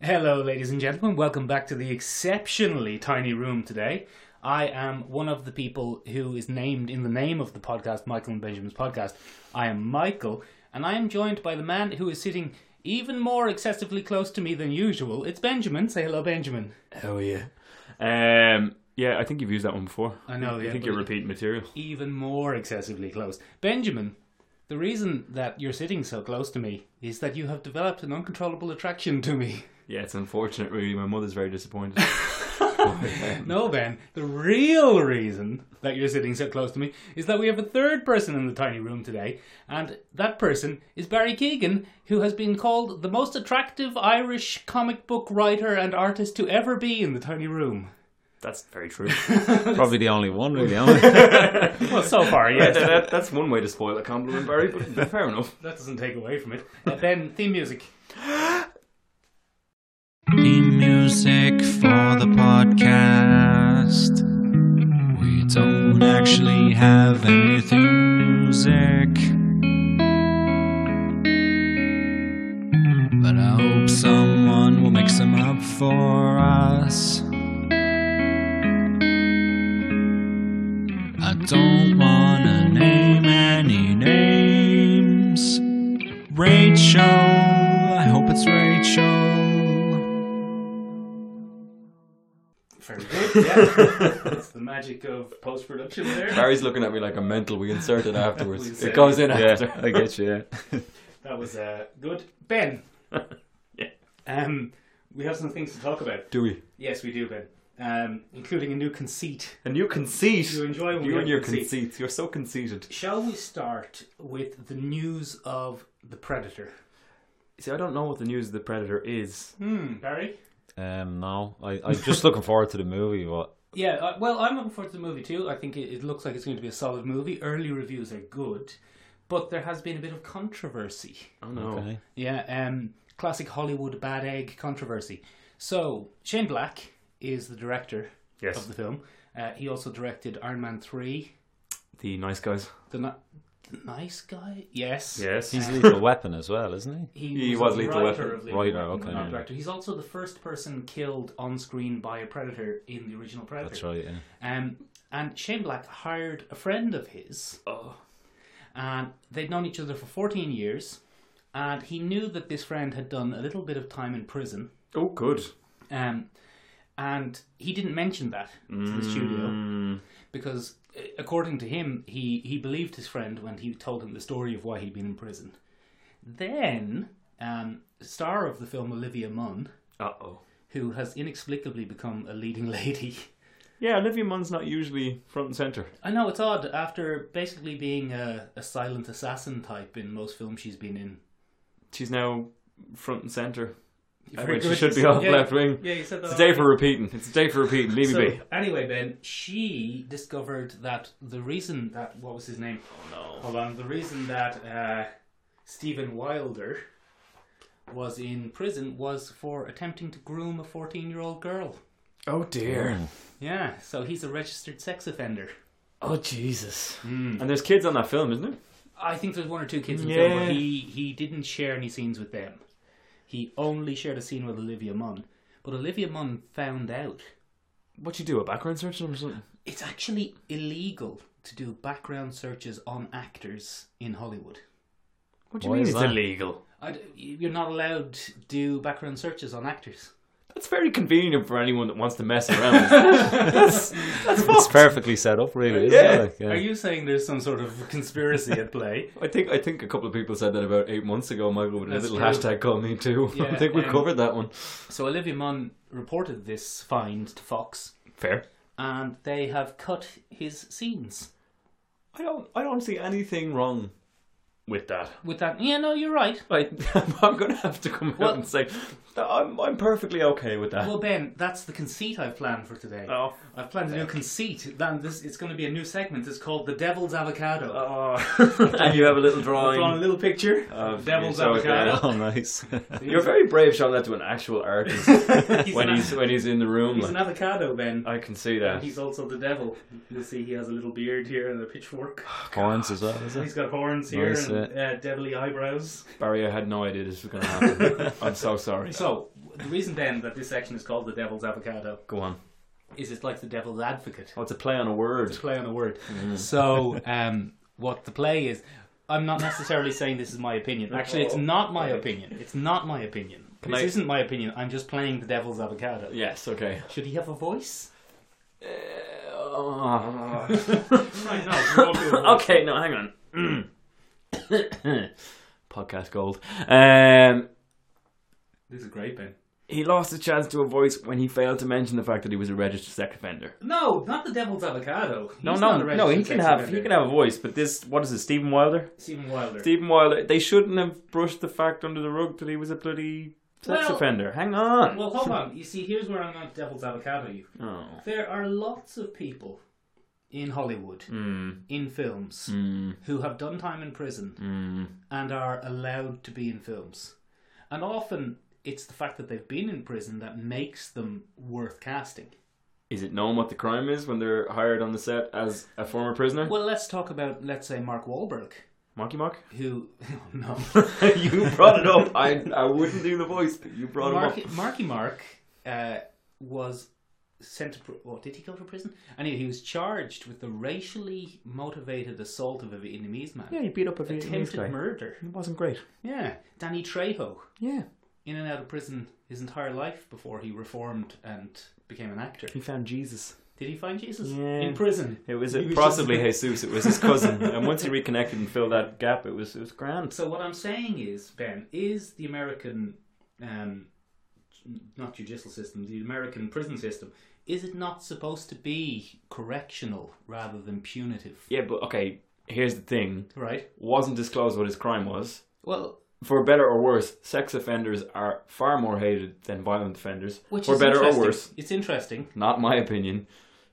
Hello, ladies and gentlemen. Welcome back to the exceptionally tiny room today. I am one of the people who is named in the name of the podcast, Michael and Benjamin's podcast. I am Michael, and I am joined by the man who is sitting even more excessively close to me than usual. It's Benjamin. Say hello, Benjamin. Hell yeah. Um, yeah, I think you've used that one before. I know, yeah, I think but- you're repeating material. Even more excessively close. Benjamin, the reason that you're sitting so close to me is that you have developed an uncontrollable attraction to me. Yeah, it's unfortunate, really. My mother's very disappointed. No, Ben, the real reason that you're sitting so close to me is that we have a third person in the tiny room today, and that person is Barry Keegan, who has been called the most attractive Irish comic book writer and artist to ever be in the tiny room. That's very true. Probably the only one, really. Only. Well, so far, yeah, yes. that, that- that's one way to spoil a compliment, Barry, but fair enough. That doesn't take away from it. Uh, ben, theme music. Theme music for the podcast. We don't actually have anything music, but I hope someone will mix them up for us. I don't wanna name any names. Rachel, I hope it's Rachel. Very good, yeah. That's the magic of post production there. Barry's looking at me like I'm mental. We insert it We afterwards. insert it goes in Yeah, after. I get you. Yeah. That was uh, good. Ben. Yeah. Um, we have some things to talk about. Do we? Yes, we do, Ben. Um, including a new conceit. And you conceit. You enjoy when we you have and your conceit. conceits. You're so conceited. Shall we start with the news of the Predator? See, I don't know what the news of the Predator is. Hmm, Barry? Um, no, I, I'm just looking forward to the movie, but Yeah, uh, well, I'm looking forward to the movie too. I think it, it looks like it's going to be a solid movie. Early reviews are good, but there has been a bit of controversy. Oh, no. okay. Yeah, um, classic Hollywood bad egg controversy. So, Shane Black is the director Yes. of the film. Uh, he also directed Iron Man 3. The nice guys. The, ni- the Nice Guy? Yes. Uh, Yes. He's Lethal Weapon as well, isn't he? He, He was, was the Lethal writer Weapon. of Lethal Writer, Weapon, okay, not yeah. director. He's also the first person killed on screen by a predator in the original Predator. That's right. Yeah. Um, and Shane Black hired a friend of his, Oh. and they'd known each other for 14 years. And he knew that this friend had done a little bit of time in prison, oh, good. um, and he didn't mention that to the studio Mm, because, uh, according to him, he he believed his friend when he told him the story of why he'd been in prison. Then, um, star of the film Olivia Munn. uh-oh. who has inexplicably become a leading lady. Yeah, Olivia Munn's not usually front and centre. I know it's odd after basically being a, a silent assassin type in most films she's been in. She's now front and centre. Very Which she good. should be off Yeah, left wing. Yeah, you said that. It's a day already. for repeating. It's a day for repeating. Leave So, me be. anyway, Ben, she discovered that the reason that what was his name? Oh Hold on, the reason that uh, Stephen Wilder was in prison was for attempting to groom a fourteen-year-old girl. Oh dear. Mm. Yeah, so he's a registered sex offender. Oh Jesus. Hmm. And there's kids on that film, isn't there? I think there's one or two kids in the film, Yeah. but he, he didn't share any scenes with them. He only shared a scene with Olivia Munn. But Olivia Munn found out What you do? A background search on 'em or something? it's actually illegal to do background searches on actors in Hollywood. What Why is that? illegal? I d you're not allowed to do background searches on actors. That's very convenient for anyone that wants to mess around. that's that's It's fucked. perfectly set up, really, isn't Yeah. it? Like, yeah. Are you saying there's some sort of conspiracy at play? I think I think a couple of people said that about eight months ago, Michael, with a That's little true. hashtag call me too. Yeah, I think we um, covered that one. So Olivia Munn reported this find to Fox, Fair. and they have cut his scenes. I don't I don't see anything wrong with that. With that, yeah, no, you're right. I, I'm going to have to come Well- out and say I'm I'm perfectly okay with that. Well, Ben, that's the conceit I've planned for today. Oh. I've planned a new conceit. Then this it's going to be a new segment. It's called the Devil's Avocado. Oh. and you have a little I've drawn a drawing. little picture of Of the Devil's yourself, Avocado. Oh, nice. You're very brave showing that to an actual artist He's when an- he's when he's in the room. he's an avocado, Ben. I can see that. And he's also the devil. You'll see he has a little beard here and a pitchfork. Horns as well, is And it? He's got horns here Nice, and uh, devilly eyebrows. Barry, I had no idea this was going to happen. I'm so sorry. So the reason then that this section is called the devil's avocado Go on. is it's like the devil's advocate. Oh, it's a play on a word. to play on a word. So, um, what the play is, I'm not necessarily saying this is my opinion. Actually, it's not my opinion. It's not my opinion. this I- isn't my opinion. I'm just playing the devil's avocado. Yes. Okay. Should he have a voice? I okay. No, hang on. Mm. Podcast gold. Um, This is great, Ben. he lost his chance to a voice when he failed to mention the fact that he was a registered sex offender. No, not the devil's avocado. No, He's no, not a no. He registered can sex have offender. he can have a voice, but this what is it? Stephen Wilder. Stephen Wilder. Stephen Wilder. They shouldn't have brushed the fact under the rug that he was a bloody sex Well- offender. Hang on. Well, hold on. You see, here's where I'm going to devil's avocado you. oh. There are lots of people in Hollywood, Mm, in films, mm, who have done time in prison mm. and are allowed to be in films. And often it's the fact that they've been in prison that makes them worth casting. Is it known what the crime is when they're hired on the set as a former prisoner? Well, let's talk about, let's say, Mark Wahlberg, Monkey Mark? who. Oh, no. you brought it up. I, I wouldn't do the voice, but you brought Marky, it up. Marky Mark uh, was sent to. Pr- oh, did he go to prison? Anyway, he was charged with the racially motivated assault of a Vietnamese man. Yeah, you beat up a Vietnamese Attempted guy. murder. It wasn't great. Yeah. Danny Trejo, Yeah. in and out of prison his entire life before he reformed and became an actor. He found Jesus. Did he find Jesus Yeah. in prison? It was, He was possibly just- Jesus. It was his cousin. and once he reconnected and filled that gap, it was it was grand. So what I'm saying is, Ben, is the American, um, not judicial system, the American prison system, is it not supposed to be correctional rather than punitive? Yeah, but okay, here's the thing. Right. Wasn't disclosed what his crime was. Well, For better or worse, sex offenders are far more hated than violent offenders. which for is better or interesting. worse. It's interesting. Not my opinion.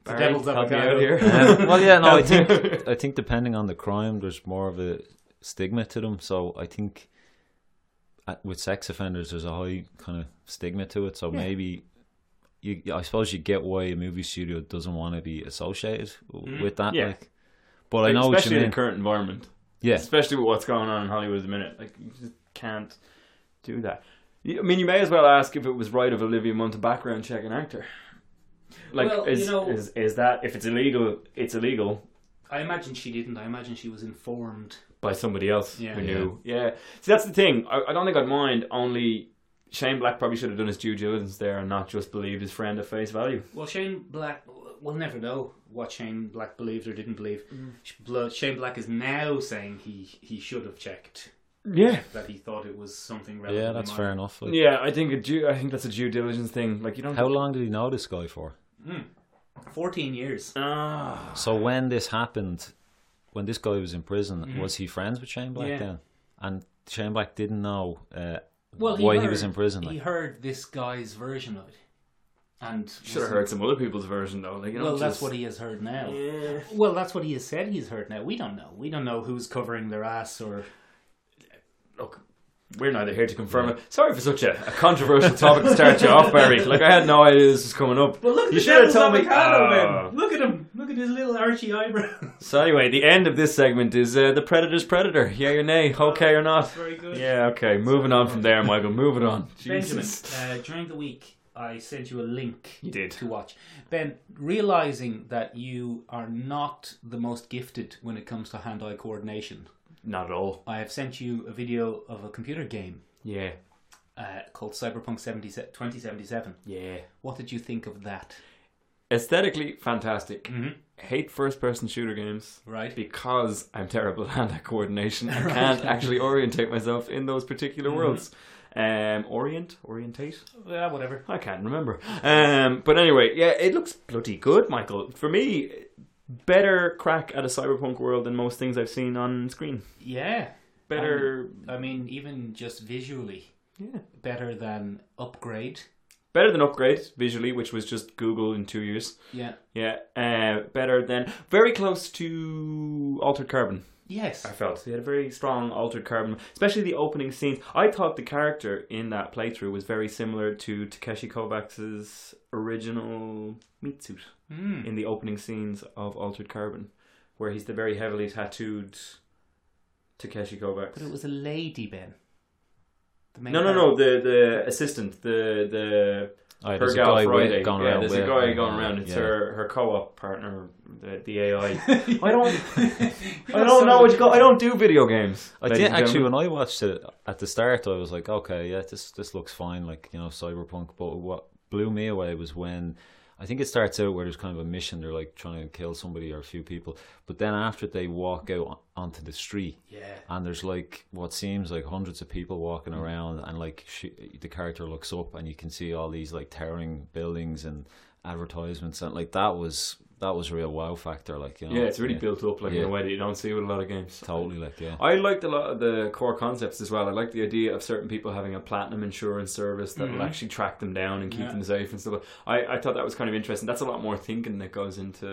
The Barry, devil's help me avocado. out here. Um, well, yeah, no, I think I think depending on the crime, there's more of a stigma to them. So I think uh, with sex offenders, there's a high kind of stigma to it. So maybe you, I suppose you get why a movie studio doesn't want to be associated w Mhm. with that. Mm, Yeah. Like, but I know what you especially in mean. the current environment. yeah, Especially with what's going on in Hollywood at the minute. Like, you just can't do that. You- I mean, you may as well ask if it was right of Olivia Munn to background check an actor. Like, Well, is, you know- is is that if it's illegal, it's illegal I imagine she didn't. I imagine she was informed. by somebody else Yeah. who Yeah. knew. Yeah. See, that's the thing. I, I don't think I'd mind. Only Shane Black probably should have done his due diligence there and not just believed his friend at face value. Well, Shane Black, we'll never know what Shane Black believed or didn't believe. Mm. Sh- Bla- Shane Black is now saying he he should have checked Yeah. that he thought it was something. yeah, relatively that's minor. fair enough. Like, Yeah, I think a due, I think that's a due diligence thing. Like you don't. How long did he know this guy for? Fourteen years. Ah. So when this happened, when this guy was in prison, Mm-hmm. was he friends with Shane Black Yeah. then? And Shane Black didn't know uh, Well, why heard, he was in prison. Like. He heard this guy's version of it, and Should have heard some other people's version though. Like, you know, Well, that's just- what he has heard now. Yeah. Well, that's what he has said he's heard now. We don't know. We don't know who's covering their ass or. Look, we're neither here to confirm it. Sorry for such a, a controversial topic to start you off, Barry. Like I had no idea this was coming up. Well, look you should have told me. Oh. Ah. Look at him. Look at his little archy eyebrows. So anyway, the end of this segment is uh, the predator's predator. Yeah or nay? Okay or not? Oh, Very good. Yeah. Okay. Moving on from there, Michael. Moving on. Benjamin, Jesus. uh, during the week, I sent you a link You did. to watch. Ben, realizing that you are not the most gifted when it comes to hand-eye coordination, Not at all. I have sent you a video of a computer game Yeah. uh, called Cyberpunk 70, 2077. Yeah. What did you think of that? Aesthetically fantastic. Mhm. Hate first-person shooter games. Right? because I'm terrible at hand-eye coordination, I can't actually orientate myself in those particular Mm-hmm. worlds. Um, orient, orientate. Yeah, whatever. I can't remember. Um, but anyway, yeah, it looks bloody good, Michael. For me, better crack at a cyberpunk world than most things I've seen on screen. Yeah. Better, I mean, even just visually, yeah, better than Upgrade. better than upgrade visually, which was just Google in two years. Yeah. Yeah, uh, better than very close to altered carbon. Yes. I felt. They had a very strong altered carbon, especially the opening scenes. I thought the character in that playthrough was very similar to Takeshi Kovacs' original meat suit Mm. in the opening scenes of Altered Carbon, where he's the very heavily tattooed Takeshi Kovacs. But it was a lady, Ben. The main No, no, character. no. The the assistant, the the Aye, her "Oh, there's a gal guy Friday. with, going yeah, around there's with a it. guy going around. It's Yeah. her her co-op partner, the, the AI. I don't. You I don't so know what much- you call. I don't do video games. I ladies did and actually gentlemen. when I watched it at the start. I was like, okay, yeah, this this looks fine, like you know, cyberpunk. But what blew me away was when I think it starts out where there's kind of a mission. They're like trying to kill somebody or a few people, but then after they walk out on- onto the street, Yeah. and there's like what seems like hundreds of people Mm. walking around and like she, the character looks up and you can see all these like towering buildings and advertisements and like that was that was a real wow factor like you know Yeah, it's really built up like in Yeah. a way that you don't see with a lot of games. totally like yeah I liked a lot of the core concepts as well. I liked the idea of certain people having a platinum insurance service that will actually track them down and keep Mm-hmm. Yeah. them safe and stuff. I, I thought that was kind of interesting. That's a lot more thinking that goes into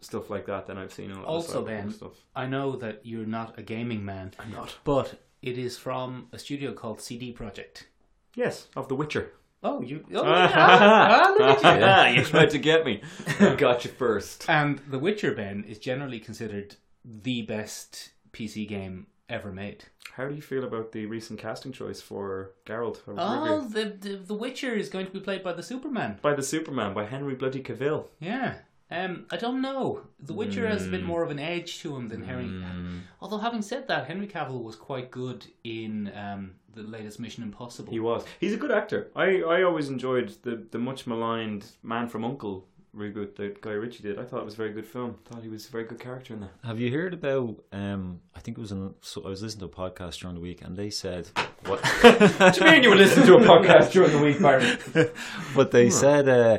stuff like that than I've seen. in A lot Also, of cyberpunk Ben, stuff. I know that you're not a gaming man, I'm not. but it is from a studio called CD Project. Yes, of The Witcher. Oh, you. Oh, yeah, ah, look at you. you tried to get me. I got you first. And The Witcher, Ben, is generally considered the best PC game ever made. How do you feel about the recent casting choice for Geralt? of Oh, Rivia? the, the the Witcher is going to be played by the Superman. By the Superman, by Henry Bloody Cavill. Yeah. Um, I don't know. The Witcher has Hmm. a bit more of an edge to him than Henry. Although, having said that, Henry Cavill was quite good in um, the latest Mission Impossible. He was. He's a good actor. I, I always enjoyed the, the much maligned Man from Uncle reboot that Guy Ritchie did. I thought it was a very good film. thought he was a very good character in that. Have you heard about? Um, I think it was in. So I was listening to a podcast during the week, and they said what? what do you mean you were listening to a podcast during the week, Barry? but they said uh,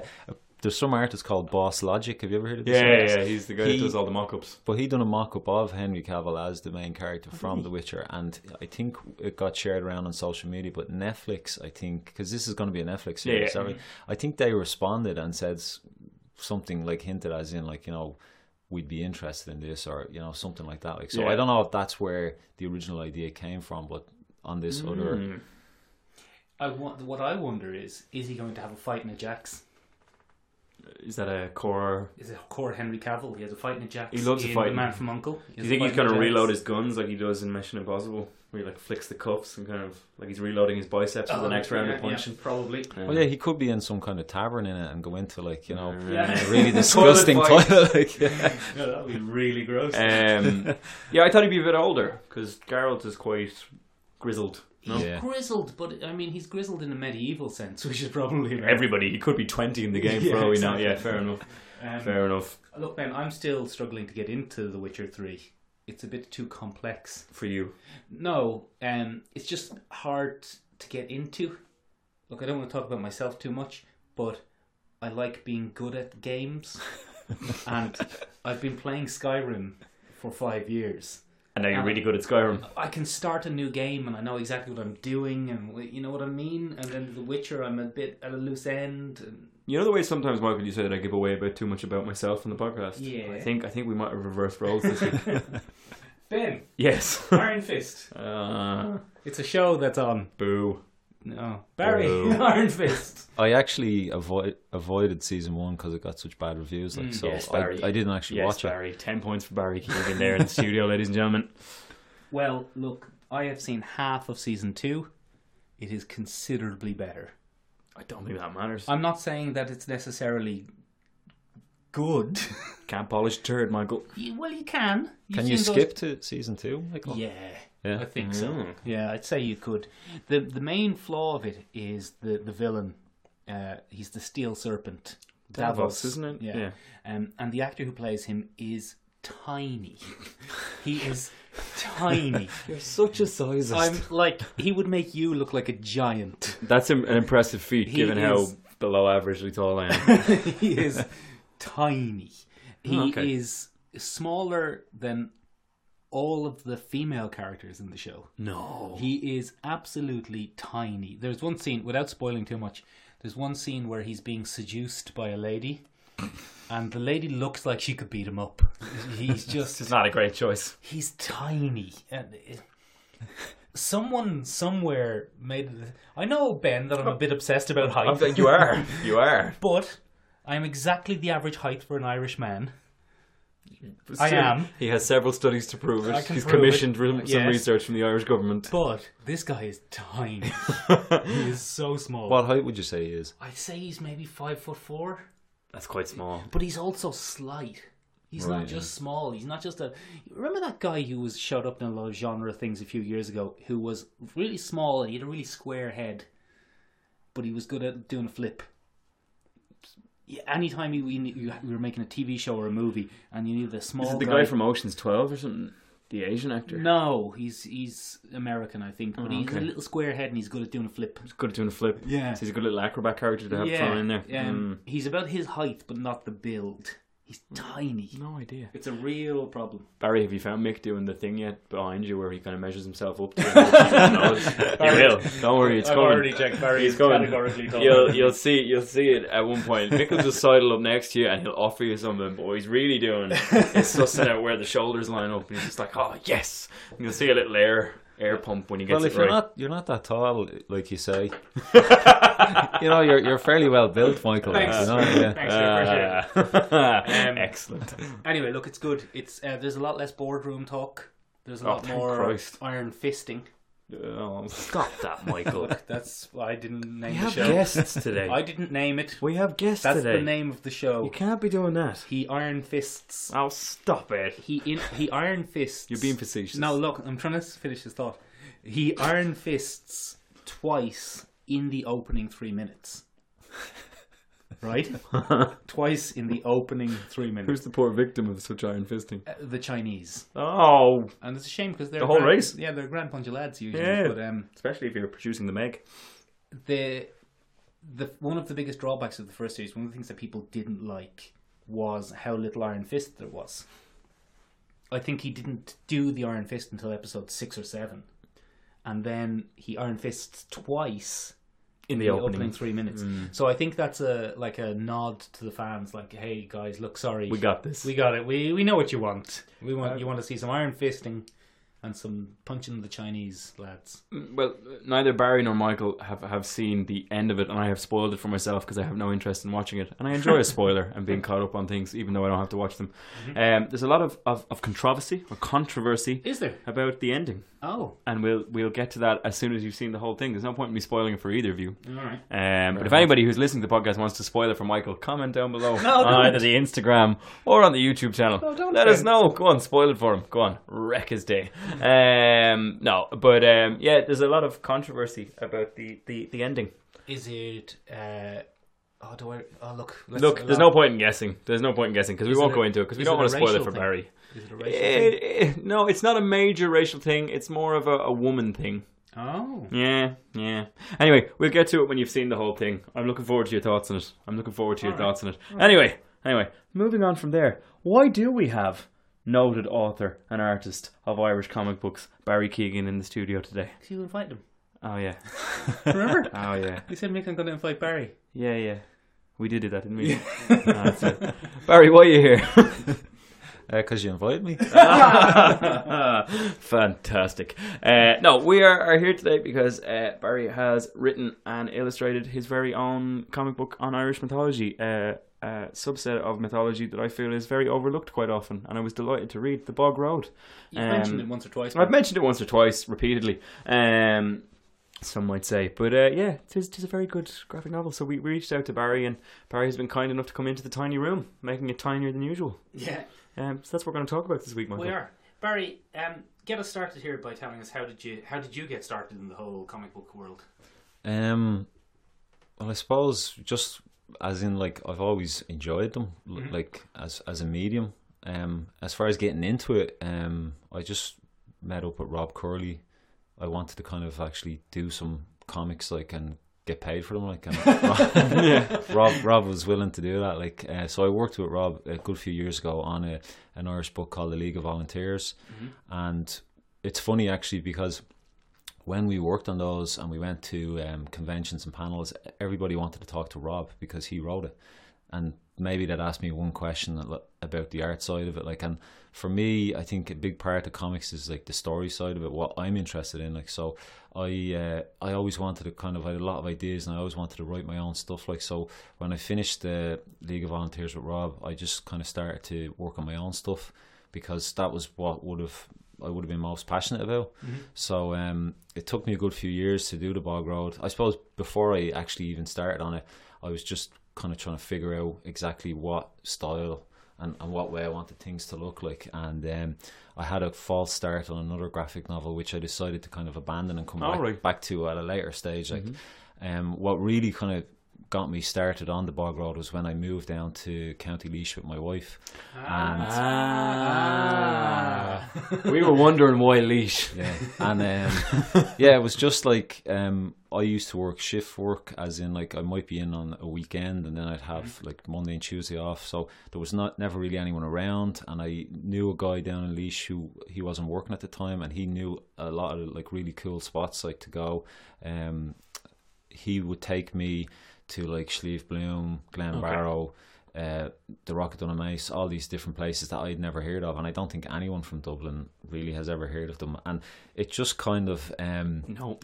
there's some artist called Boss Logic. Have you ever heard of this? Yeah, artist? yeah, he's the guy He- that does all the mock ups. But he done a mock-up of Henry Cavill as the main character from The Witcher, and I think it got shared around on social media. But Netflix, I think, because this is going to be a Netflix Yeah, series, yeah. sorry, I think they responded and said s- something like hinted as in like you know we'd be interested in this or you know something like that. Like so, Yeah. I don't know if that's where the original idea came from, but on this other I want, what I wonder is, is he going to have a fight in a Jax? Is that a core? Is it core Henry Cavill? He has a fight in a Jax. He loves a in fight. The Man from Uncle. He Do has you a think fight he's in going a to Jax. reload his guns like he does in Mission Impossible? Where he like flicks the cuffs and kind of like he's reloading his biceps for Oh, the next round yeah, of punching. Um, yeah, probably. Well, Oh, yeah, he could be in some kind of tavern in it and go into like you know Yeah. a really disgusting Toilet toilet. fight. like, yeah. No, that would be really gross. Um, yeah, I thought he'd be a bit older because Geralt is quite grizzled. No? He's Yeah. grizzled, but I mean, he's grizzled in a medieval sense, which is probably Everybody, he could be twenty in the game Yeah, for all we exactly. know. Yeah, fair enough. Um, Fair enough Look, Ben, I'm still struggling to get into The Witcher 3. It's a bit too complex. for you. No, um, it's just hard to get into. Look, I don't want to talk about myself too much, but I like being good at games. and I've been playing Skyrim for five years. And now you're really good at Skyrim. I can start a new game and I know exactly what I'm doing, and wh- you know what I mean? And then The Witcher, I'm a bit at a loose end. And You know the way sometimes, Michael, you say that I give away about too much about myself in the podcast. Yeah. I think I think we might have reversed roles this week. Ben, yes. Iron Fist. Uh, It's a show that's on. boo. No. Barry, Oh. Iron Fist. I actually avoid, avoided season one because it got such bad reviews. Like, so Mm. yes, I, Barry. I didn't actually Yes, watch Barry. Ten points for Barry Keegan there in the studio, ladies and gentlemen. Well, look, I have seen half of season two. It is considerably better. I don't think that matters. I'm not saying that it's necessarily good. Can't polish a turd, Michael. You- well, you can. it. Can You've you seen skip to season two, Michael? Those... Yeah, Yeah. Mm-hmm. I think so. Yeah, I'd say you could. the The main flaw of it is the the villain. Uh, he's the Steel Serpent. Davos, isn't it? Yeah. Yeah. Um, and the actor who plays him is tiny. he is tiny. You're such a sizist. I'm like he would make you look like a giant. That's an, an impressive feat, He given is- how below averagely tall I am. he is tiny. He Oh, Okay. is smaller than all of the female characters in the show. no. He is absolutely tiny. There's one scene, without spoiling too much, there's one scene where he's being seduced by a lady, and the lady looks like she could beat him up. He's just It's not a great choice. he's tiny and it- someone somewhere made it- i know ben that i'm Oh. a bit obsessed about height you are. You are. but i'm exactly the average height for an irish man I am. He has several studies to prove it. I can He's prove commissioned it. re- some Yes. research from the Irish government. But this guy is tiny. he is so small. What height would you say he is? I'd say he's maybe five foot four, That's quite small. but he's also slight. He's Right, not just small. He's not just a. Remember that guy who was showed up in a lot of genre things a few years ago, who was really small and he had a really square head, but he was good at doing a flip. Yeah, Anytime you, you, you were making a TV show or a movie, and you need the small Is it the guy from Ocean's Twelve or something? The Asian actor. No, he's he's American, I think, but he's Oh, okay. a little square head and he's good at doing a flip. He's good at doing a flip. Yeah. So he's a good little acrobat character to have thrown in there. Mm. Um, He's about his height, but not the build. He's tiny. Mm. No idea. It's a real problem. Barry, have you found Mick doing the thing yet behind you where he kind of measures himself up to it? he will. Don't worry, it's coming. checked He's coming. You'll you'll see you'll see it at one point. Mick will just sidle up next to you and he'll offer you something, but what he's really doing is sussing out where the shoulders line up. And he's just like, oh yes. And you'll see a little air air pump when he gets Well, if it you're right. not you're not that tall, like you say, you know you're you're fairly well built, Michael. Thanks. You know, yeah. Thanks, I appreciate it. Ah. Um, Excellent. Anyway, look, it's good. It's uh, there's a lot less boardroom talk. There's a Oh, lot thank more Christ. iron fisting. Oh, stop that, Michael. Look, that's why I didn't name we the have show. guests today. I didn't name it. we have guests That's today. the name of the show. You can't be doing that. He iron fists. Oh, stop it. He in, he iron fists. You're being facetious. No, look, I'm trying to s- finish his thought. He iron fists twice in the opening three minutes. Right? twice in the opening three minutes. Who's the poor victim of such iron fisting? Uh, the Chinese. Oh, And it's a shame because they're. The whole grand- race? Yeah, they're Grand Punch lads usually. Yeah. But um, especially if you're producing the Meg. the, the, one of the biggest drawbacks of the first series, one of the things that people didn't like, was how little Iron Fist there was. I think he didn't do the Iron Fist until episode six or seven. And then he Iron Fists twice In the opening, Mm. three minutes. So I think that's a like a nod to the fans, like, hey guys, look, sorry, We got this. we got it, Uh, we we know what you want. We want you want to see some iron fisting and some punching the Chinese lads. Mm, Well, neither Barry nor Michael have, have seen the end of it, and I have spoiled it for myself because I have no interest in watching it. And I enjoy a spoiler and being caught up on things, even though I don't have to watch them. Um, there's a lot of, of, of controversy or controversy Is there? about the ending, Oh, and we'll we'll get to that as soon as you've seen the whole thing. There's no point in me spoiling it for either of you. all right. Um, but if anybody who's listening to the podcast wants to spoil it for Michael, comment down below No, on don't. either the Instagram or on the YouTube channel. No, don't Let do us it. know. Go on, spoil it for him. Go on, wreck his day. Um, no, but um, yeah, there's a lot of controversy about the, the, the ending. Is it? Uh, oh, do I? Oh, look. Let's Look, there's no point in guessing. There's no point in guessing because we Is won't it a- go into it because we is it a don't want to spoil it racial for thing? Barry. Is it a racial thing? It- it- no, it's not a major racial thing. It's more of a, a woman thing. Oh, Yeah, yeah. Anyway, we'll get to it when you've seen the whole thing. I'm looking forward to your thoughts on it. I'm looking forward to your All right. thoughts on it. Anyway, anyway, moving on from there. Why do we have noted author and artist of Irish comic books Barry Keegan in the studio today? you invite them. Oh yeah. Remember? Oh yeah. You said Mick, I'm going to invite Barry. Yeah, yeah. We did do that, didn't we? Ah, that's it. Barry, why are you here? Because Uh, you invite me. Fantastic. Uh, no, we are, are here today because uh, Barry has written and illustrated his very own comic book on Irish mythology, uh, a subset of mythology that I feel is very overlooked quite often. And I was delighted to read The Bog Road. You mentioned Um, it once or twice. I've mentioned it once or twice repeatedly. Um, some might say, but uh, yeah, it is, it is a very good graphic novel. So we, we reached out to Barry, and Barry has been kind enough to come into the tiny room, making it tinier than usual. yeah, Um, so that's what we're going to talk about this week, Michael. we are. Barry, um, get us started here by telling us how did you how did you get started in the whole comic book world? Um, well, I suppose just as in like I've always enjoyed them, l- Mhm. like as as a medium. Um, as far as getting into it, um, I just met up with Rob Curley. I wanted to kind of actually do some comics, like and get paid for them, like. And Rob, Rob Rob was willing to do that, like. Uh, so I worked with Rob a good few years ago on a an Irish book called The League of Volunteers, and it's funny actually because when we worked on those and we went to um, conventions and panels, everybody wanted to talk to Rob because he wrote it. and maybe they'd ask me one question a lo- about the art side of it like and for me i think a big part of comics is like the story side of it what i'm interested in like so i uh, i always wanted to kind of I had a lot of ideas and i always wanted to write my own stuff like so when i finished the league of volunteers with rob i just kind of started to work on my own stuff because that was what would have I would have been most passionate about. So um, it took me a good few years to do the bog road. I suppose before I actually even started on it, I was just kind of trying to figure out exactly what style and, and what way I wanted things to look like. And um, I had a false start on another graphic novel, which I decided to kind of abandon and come All back, right. Mm-hmm. back to at a later stage. Like, um, what really kind of got me started on the bog road was when I moved down to County Leash with my wife. Ah, And we were wondering why leash. yeah and um yeah it was just like um i used to work shift work as in like i might be in on a weekend and then i'd have like monday and tuesday off so there was not never really anyone around and i knew a guy down in leash who he wasn't working at the time and he knew a lot of like really cool spots like to go um he would take me to like Slieve Bloom, Glenbarrow, uh, the Rocket on a Mace, all these different places that I'd never heard of, and I don't think anyone from Dublin really has ever heard of them. And it just kind of, um, No.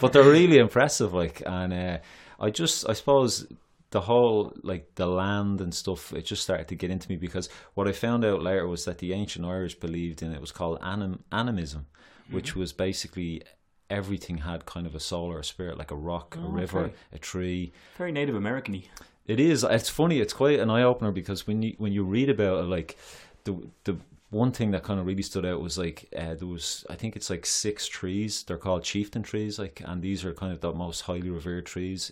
but they're really impressive. Like, and uh, I just, I suppose the whole like the land and stuff it just started to get into me because what i found out later was that the ancient irish believed in it was called anim- animism which was basically everything had kind of a soul or a spirit like a rock a river okay. a tree Very Native American y. it is it's funny it's quite an eye-opener because when you when you read about it like the the one thing that kind of really stood out was like uh, there was I think it's like six trees. They're called chieftain trees, like, and these are kind of the most highly revered trees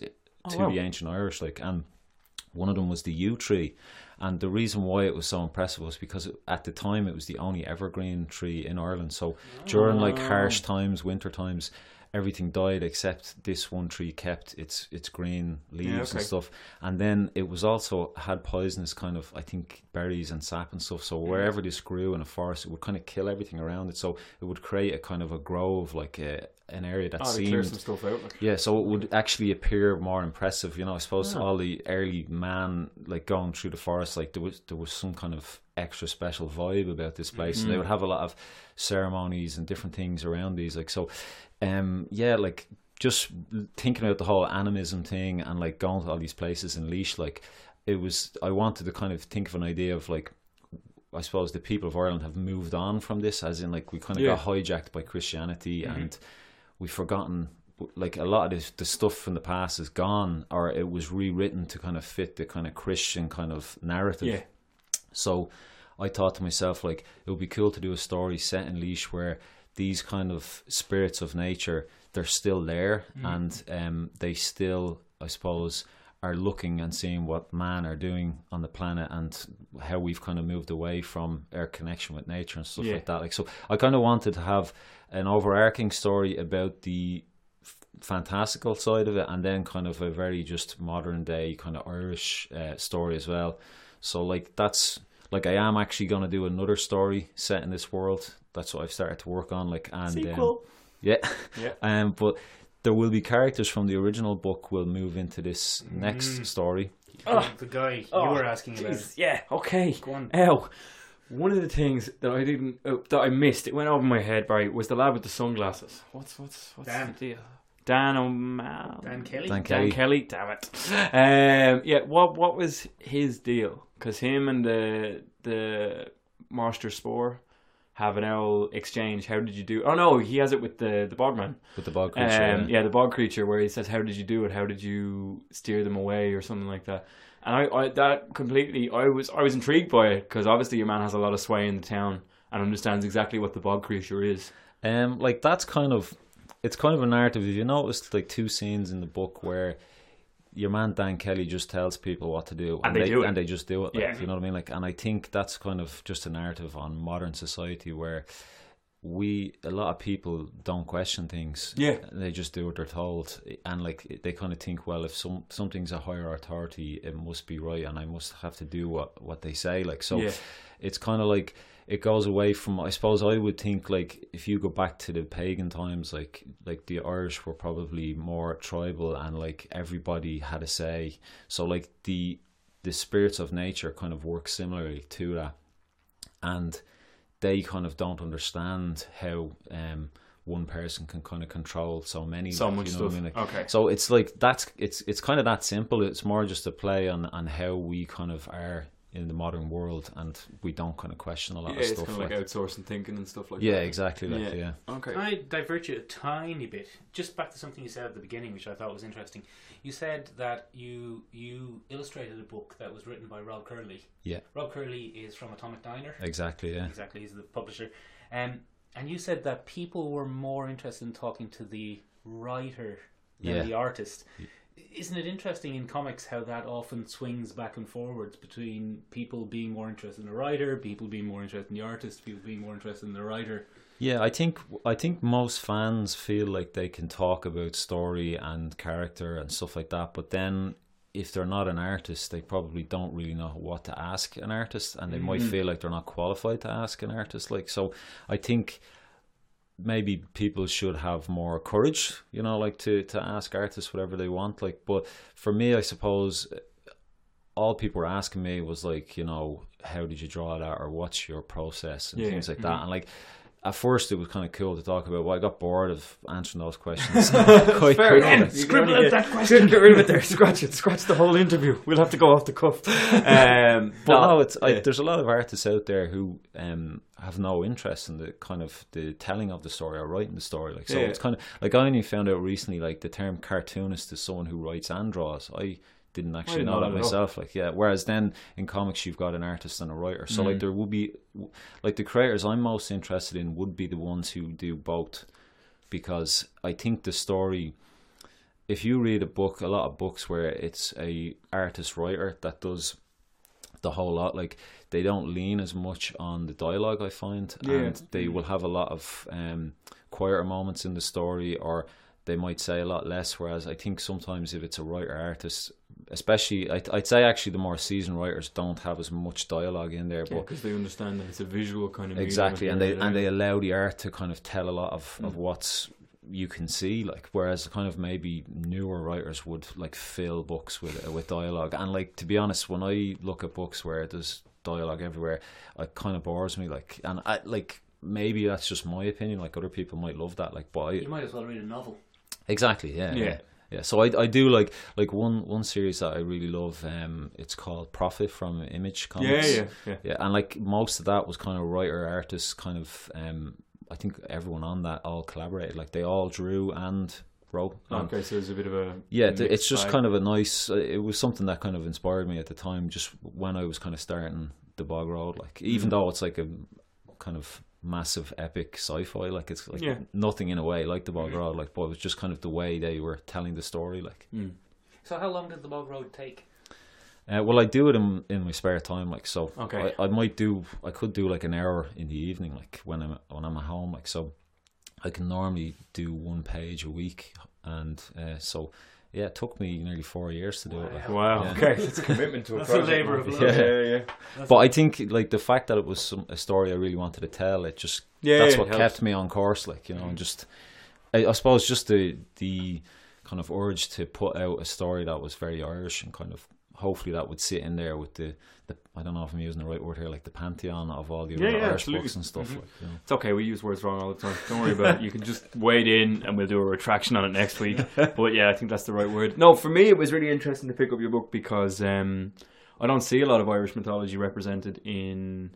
to wow. the ancient Irish, like, and one of them was the yew tree, and the reason why it was so impressive was because it, at the time it was the only evergreen tree in Ireland. So during like Oh. harsh times, winter times, everything died except this one tree kept its its green leaves okay. and stuff. And then it was also had poisonous kind of I think berries and sap and stuff. So wherever this grew in a forest, it would kind of kill everything around it. So it would create a kind of a grove, like a an area that Oh, they clear seemed some stuff out. Like. yeah, so it would actually appear more impressive, you know. I suppose all the early man, like going through the forest, like there was there was some kind of extra special vibe about this place. And they would have a lot of ceremonies and different things around these, like so. Um, yeah, like just thinking about the whole animism thing and like going to all these places in leash, like it was. I wanted to kind of think of an idea of like. I suppose the people of Ireland have moved on from this, as in, like, we kind of Yeah. got hijacked by Christianity and we've forgotten like a lot of this, the stuff from the past is gone or it was rewritten to kind of fit the kind of christian kind of narrative Yeah. so i thought to myself like it would be cool to do a story set in leash where these kind of spirits of nature they're still there Mm. and um, they still i suppose are looking and seeing what man are doing on the planet and how we've kind of moved away from our connection with nature and stuff Yeah. like that like so i kind of wanted to have an overarching story about the fantastical side of it and then kind of a very just modern day kind of irish uh, story as well so like that's like i am actually going to do another story set in this world that's what i've started to work on like and um, Sequel. yeah Yeah. um but there will be characters from the original book will move into this Mm. next story Oh, the guy you were asking Jeez, yeah, okay. Go on. Ow. One of the things that I didn't, uh, that I missed, it went over my head, Barry, was the lad with the sunglasses. What's what's what's Dan. the deal? Dan O'Malley. about. Dan Kelly. Dan Dan Kelly. Kelly, damn it. Um, yeah, what what was his deal? Because him and the the Master Spore have an owl exchange. How did you do? Oh no, he has it with the the Bogman. with the bog creature Um, yeah. yeah, the bog creature where he says, "How did you do it? How did you steer them away?" or something like that. And I, I that completely, I was I was intrigued by it because obviously your man has a lot of sway in the town and understands exactly what the bog creature is. Um, like that's kind of it's kind of a narrative. If you noticed, like two scenes in the book where your man Dan Kelly just tells people what to do, and, they do it. and they just do it. Like, Yeah. you know what I mean. Like, and I think that's kind of just a narrative on modern society where we a lot of people don't question things. Yeah. they just do what they're told, and like they kind of think, well, if some something's a higher authority, it must be right, and I must have to do what what they say. Like so, Yeah. it's kind of like it goes away from. I suppose I would think like if you go back to the pagan times, like like the Irish were probably more tribal, and like everybody had a say. So like the the spirits of nature kind of work similarly to that and they kind of don't understand how um, one person can kind of control so many So like, much you know what I stuff. mean? Like, Okay. so it's like that's it's it's kind of that simple it's more just a play on on how we kind of are in the modern world and we don't kind of question a lot yeah, of it's stuff kind of like, like outsourcing thinking and stuff like yeah that. exactly like yeah, Okay. Can I divert you a tiny bit? Just back to something you said at the beginning, which I thought was interesting. You said that you you illustrated a book that was written by Rob Curley. Yeah. Rob Curley is from Atomic Diner. exactly yeah Exactly, he's the publisher. Um, and you said that people were more interested in talking to the writer than Yeah. the artist. Isn't it interesting in comics how that often swings back and forwards between people being more interested in the writer, people being more interested in the artist, people being more interested in the writer? Yeah, I think I think most fans feel like they can talk about story and character and stuff like that, but then if they're not an artist, they probably don't really know what to ask an artist, and they might Mm-hmm. feel like they're not qualified to ask an artist. Like, so I think maybe people should have more courage, you know, like to to ask artists whatever they want. Like, but for me, I suppose all people were asking me was like, you know, how did you draw that, or what's your process, and Yeah, things yeah. like that, and like. At first, it was kind of cool to talk about. Well, I got bored of answering those questions. quite Fair quickly. enough. You scribble can only out get- that question. Get rid of it there. Scratch it. Scratch the whole interview. We'll have to go off the cuff. Um, But no, it's I, yeah. there's a lot of artists out there who um, have no interest in the kind of the telling of the story or writing the story. Like so, Yeah. it's kind of like I only found out recently. Like the term cartoonist is someone who writes and draws. I didn't actually didn't know, know that that at all. myself. Like yeah. Whereas then in comics you've got an artist and a writer. So Mm. like there will be like the creators I'm most interested in would be the ones who do both because I think the story if you read a book a lot of books where it's a artist writer that does the whole lot like they don't lean as much on the dialogue i find Yeah. and they will have a lot of um quieter moments in the story or they might say a lot less whereas i think sometimes if it's a writer artist especially I'd, I'd say actually the more seasoned writers don't have as much dialogue in there but because they understand that it's a visual kind of medium exactly at and the they end of and the they day. allow the art to kind of tell a lot of, of what's you can see like whereas kind of maybe newer writers would like fill books with uh, with dialogue and like to be honest when i look at books where there's dialogue everywhere it kind of bores me like and i like maybe that's just my opinion like other people might love that like but I, You might as well read a novel. Exactly. Yeah. Yeah. Yeah. yeah. So I, I do like like one one series that I really love. Um, it's called Profit from Image Comics. Yeah, yeah, yeah. and like most of that was kind of writer artists kind of. Um, I think everyone on that all collaborated. Like they all drew and wrote. And Okay, so there's a bit of a Um, yeah, th- it's mixed just bag. kind of a nice. uh, It was something that kind of inspired me at the time, just when I was kind of starting the bog road. Like, even though it's like a kind of massive epic sci-fi, like it's like Yeah. nothing in a way like the bog road. Like, but it was just kind of the way they were telling the story. Like, So, how long did the Bog Road take? uh, well, I do it in in my spare time. Like, so Okay. I, I might do. I could do like an hour in the evening, like when I'm when I'm at home. Like, so I can normally do one page a week, and uh, so. Yeah, it took me nearly four years to do it. Like, Wow. Okay, it's a commitment to a That's a project. labour of man. love. Yeah, yeah, yeah. But I think like the fact that it was some, a story I really wanted to tell, it just Yeah, that's yeah, what it helps. Mm. kept me on course. Like you know, and just I, I suppose just the the kind of urge to put out a story that was very Irish and kind of hopefully that would sit in there with the, the I don't know if I'm using the right word here, like the pantheon of all the Yeah, other yeah, Irish absolutely. Mm-hmm. books and stuff. Like, you know. It's okay. We use words wrong all the time. Don't worry about it. You can just wade in, and we'll do a retraction on it next week. But yeah, I think that's the right word. No, for me, it was really interesting to pick up your book because um, I don't see a lot of Irish mythology represented in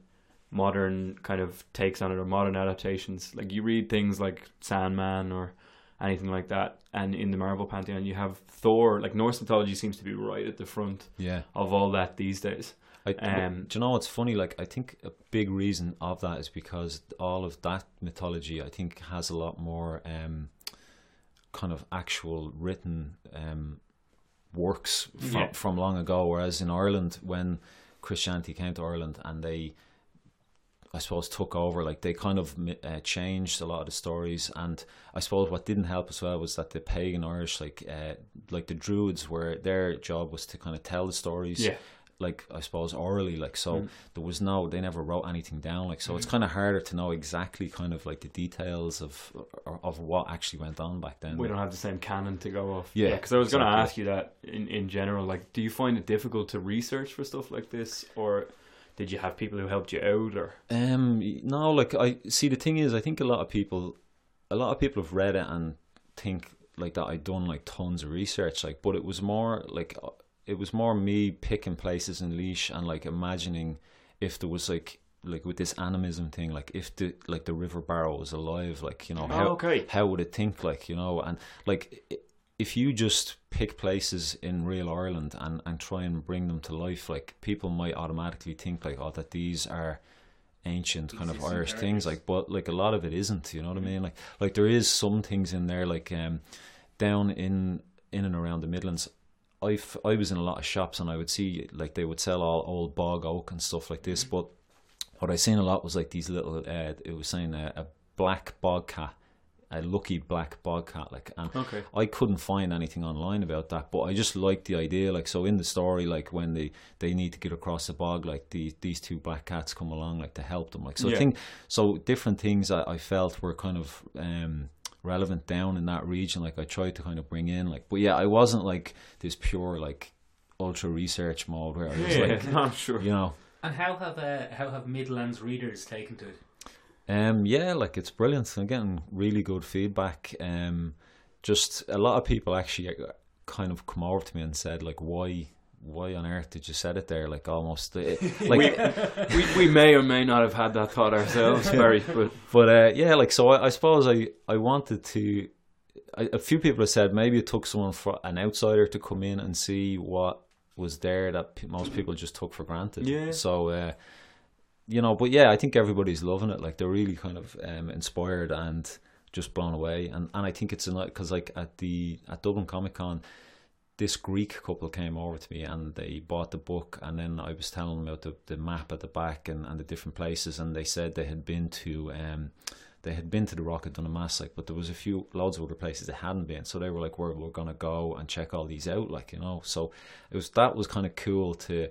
modern kind of takes on it or modern adaptations. Like you read things like Sandman or anything like that, and in the Marvel pantheon, you have Thor. Like Norse mythology seems to be right at the front Yeah. of all that these days. I, Um, do you know what's funny? Like, I think a big reason of that is because all of that mythology, I think, has a lot more um, kind of actual written um, works from, Yeah. from long ago. Whereas in Ireland, when Christianity came to Ireland and they I suppose took over. Like they kind of mi- uh, changed a lot of the stories, and I suppose what didn't help as well was that the pagan Irish, like uh, like the Druids, were their job was to kind of tell the stories. Yeah. Like I suppose orally, like so there was no they never wrote anything down, like so it's kind of harder to know exactly kind of like the details of of what actually went on back then. we don't have the same canon to go off. Yeah, because I was going to exactly. ask you that in, in general. Like, do you find it difficult to research for stuff like this, or did you have people who helped you out, or Um, no, like I see. The thing is, I think a lot of people, a lot of people have read it and think like that. I done like tons of research, like, but it was more like uh, it was more me picking places in leash and like imagining if there was like like with this animism thing, like if the like the river barrow was alive, like you know how okay. how would it think like you know and like i- if you just pick places in real Ireland and and try and bring them to life, like people might automatically think like oh that these are ancient kind of Existing Irish areas. things like but like a lot of it isn't you know what I mean like like there is some things in there like um down in in and around the Midlands I f- I was in a lot of shops and I would see like they would sell all old bog oak and stuff like this but what I seen a lot was like these little uh, it was saying a, a black bog cat a lucky black bog cat like and Okay. I couldn't find anything online about that, but I just liked the idea. Like so, in the story, like when they they need to get across the bog, like these these two black cats come along, like to help them. Like so, Yeah. I think so. Different things I, I felt were kind of um relevant down in that region. Like I tried to kind of bring in, like, but yeah, I wasn't like this pure like ultra research mode where I was Yeah, like, no, I'm sure. you know, And how have uh, how have Midlands readers taken to it? Um, yeah, like it's brilliant. I'm getting really good feedback. Um, just a lot of people actually uh, kind of come over to me and said like, why, why on earth did you said it there? Like almost, uh, like, we, we may or may not have had that thought ourselves, Barry. But but uh, yeah, like so. I, I suppose I I wanted to. I, a few people have said maybe it took someone for an outsider to come in and see what was there that pe- most people just took for granted. Yeah. So. Uh, you know, but yeah, I think everybody's loving it. Like they're really kind of um, inspired and just blown away. And and I think it's a because like at the at Dublin Comic Con, this Greek couple came over to me and they bought the book. And then I was telling them about the, the map at the back and, and the different places. And they said they had been to um they had been to the Rock at Dunamass, like, but there was a few loads of other places they hadn't been. So they were like, "Where we're gonna go and check all these out," like you know. So it was that was kind of cool to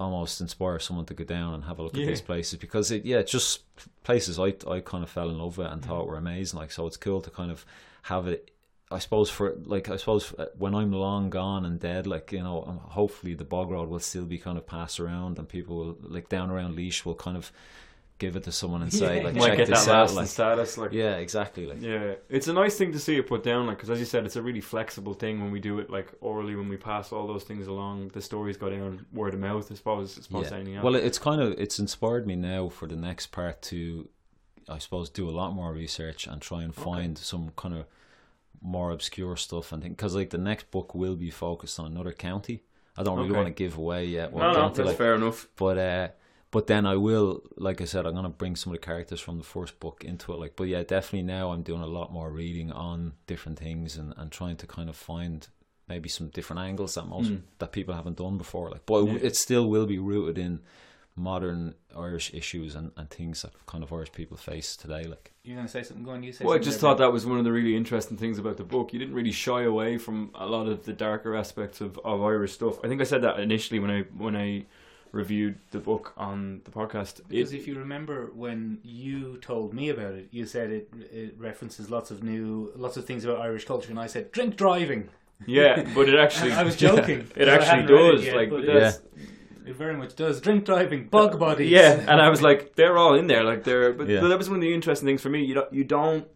almost inspire someone to go down and have a look Yeah. at these places because it yeah it's just places I I kind of fell in love with and thought were amazing like so it's cool to kind of have it I suppose for like I suppose uh, when I'm long gone and dead like you know um, hopefully the bog road will still be kind of passed around and people will like down around leash will kind of give it to someone and say Yeah. like Might check this out like status. Like, yeah exactly like Yeah, it's a nice thing to see it put down, like because as you said, it's a really flexible thing when we do it like orally when we pass all those things along. The stories go down word of mouth, I suppose. It's Yeah. supposed anything else. Well, it's kind of it's inspired me now for the next part to, I suppose, do a lot more research and try and find some kind of more obscure stuff and think because like the next book will be focused on another county. I don't really Okay. want to give away yet what no, no, county, that's like, fair enough. but uh, but then I will, like I said, I'm gonna bring some of the characters from the first book into it. Like, but yeah, definitely now I'm doing a lot more reading on different things and and trying to kind of find maybe some different angles that most Mm. that people haven't done before. Like, but it, it still will be rooted in modern Irish issues and, and things that kind of Irish people face today. Like, You're going to say something? Go on, you say Well, I something just there, thought that was one of the really interesting things about the book. You didn't really shy away from a lot of the darker aspects of, of Irish stuff. I think I said that initially when I when I reviewed the book on the podcast. Because It- if you remember when you told me about it, you said it, it references lots of new, lots of things about Irish culture, and I said drink driving. yeah, but it actually I was joking. It I actually hadn't read it does. yet, like but that's- it very much does. Drink driving, bug bodies. Yeah, and I was like, they're all in there, like they're. But Yeah. that was one of the interesting things for me. You don't, you don't.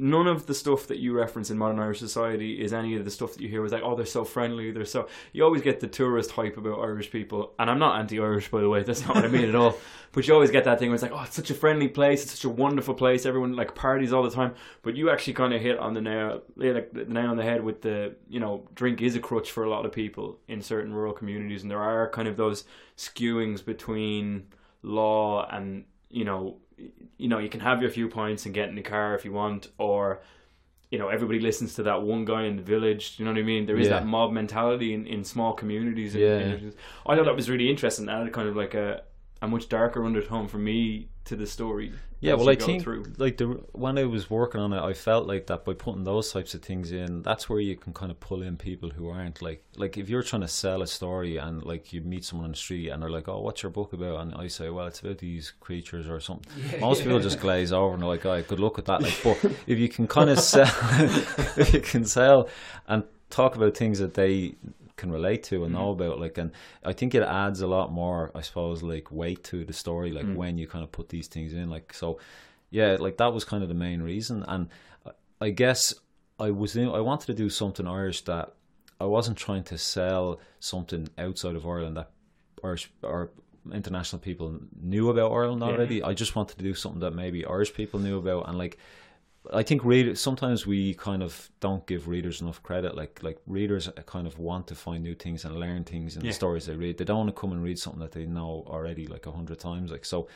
None of the stuff that you reference in modern Irish society is any of the stuff that you hear was like, oh, they're so friendly, they're so. You always get the tourist hype about Irish people, and I'm not anti-Irish, by the way. That's not what I mean at all. But you always get that thing where it's like, oh, it's such a friendly place, it's such a wonderful place. Everyone like parties all the time. But you actually kind of hit on the nail, yeah, like the nail on the head with the, you know, drink is a crutch for a lot of people in certain rural communities, and there are kind of those skewings between law and you know y- you know you can have your few points and get in the car if you want or you know everybody listens to that one guy in the village do you know what i mean there is Yeah. that mob mentality in, in small communities and Yeah. communities. i thought that was really interesting that had kind of like a a much darker undertone for me to the story. Yeah, as well, you I go think through. like the when I was working on it, I felt like that by putting those types of things in, that's where you can kind of pull in people who aren't like like if you're trying to sell a story and like you meet someone on the street and they're like, "Oh, what's your book about?" and I say, "Well, it's about these creatures or something." Most people just glaze over and they're like, "Oh, good luck with that." Like, but if you can kind of sell, if you can sell and talk about things that they can relate to and know about like and i think it adds a lot more i suppose like weight to the story like when you kind of put these things in like so yeah like that was kind of the main reason and I- i guess i was in, i wanted to do something irish that i wasn't trying to sell something outside of ireland that irish or international people knew about ireland already i just wanted to do something that maybe irish people knew about and like I think readers sometimes we kind of don't give readers enough credit. Like like readers kind of want to find new things and learn things in Yeah. the stories they read. They don't want to come and read something that they know already like a hundred times. Like so,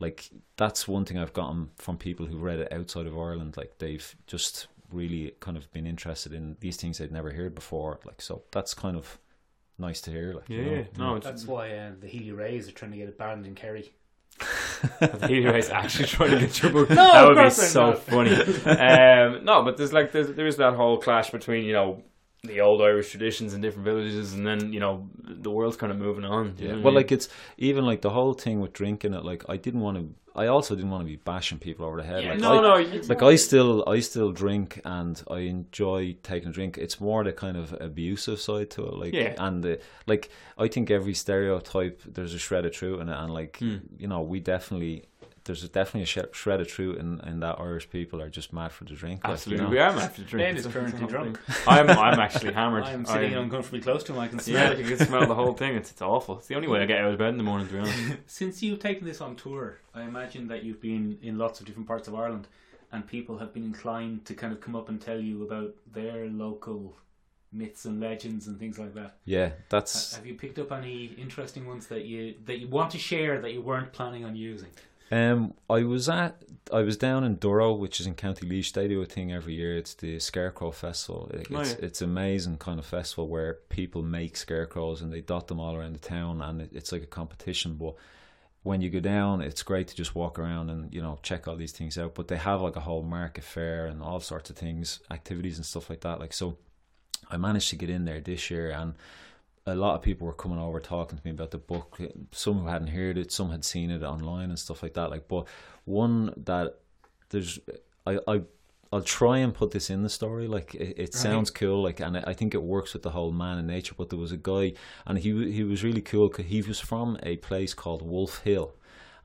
like that's one thing I've gotten from people who've read it outside of Ireland. Like they've just really kind of been interested in these things they'd never heard before. Like so, that's kind of nice to hear. Like yeah, you know? yeah. no, it's, That's why uh, the Healy Rays are trying to get it banned in Kerry. Anyways, actually trying to get your book. No, that of would be course I'm so not. funny. Um, no, but there's like there's, there is that whole clash between you know the old Irish traditions in different villages, and then you know the world's kind of moving on. do you Yeah. know what I Well, mean? like it's even like the whole thing with drinking it. Like I didn't want to. I also didn't want to be bashing people over the head. Yeah, like, no, I, no, you- Like I still, I still drink, and I enjoy taking a drink. It's more the kind of abusive side to it, like, Yeah. and the like. I think every stereotype, there's a shred of truth in it, and like, Hmm. you know, we definitely. There's definitely a sh- shred of truth in, in that Irish people are just mad for the drink. like, you absolutely, know? we are after Ben drinking. is currently drunk. I'm I'm actually hammered. I'm sitting I'm- uncomfortably close to him. I can Yeah, smell you it. can smell the whole thing. It's, it's awful. It's the only way I get out of bed in the morning, to be honest. Since you've taken this on tour, I imagine that you've been in lots of different parts of Ireland, and people have been inclined to kind of come up and tell you about their local myths and legends and things like that. Yeah, Ha- that's Have you picked up any interesting ones that you that you want to share that you weren't planning on using? Um, I was at I was down in Durrow, which is in County Leash. They do a thing every year. It's the Scarecrow Festival. It- It's Oh, yeah. it's amazing kind of festival where people make scarecrows and they dot them all around the town, and it, it's like a competition. But when you go down, it's great to just walk around and you know check all these things out. But they have like a whole market fair and all sorts of things, activities and stuff like that. Like so, I managed to get in there this year and a lot of people were coming over talking to me about the book. Some who hadn't heard it, some had seen it online and stuff like that. Like, but one that there's, I, I, I'll try and put this in the story. Like, it, it sounds cool. Like, and I I think it works with the whole man in nature. But there was a guy, and he wa- he was really cool. 'cause he was from a place called Wolf Hill,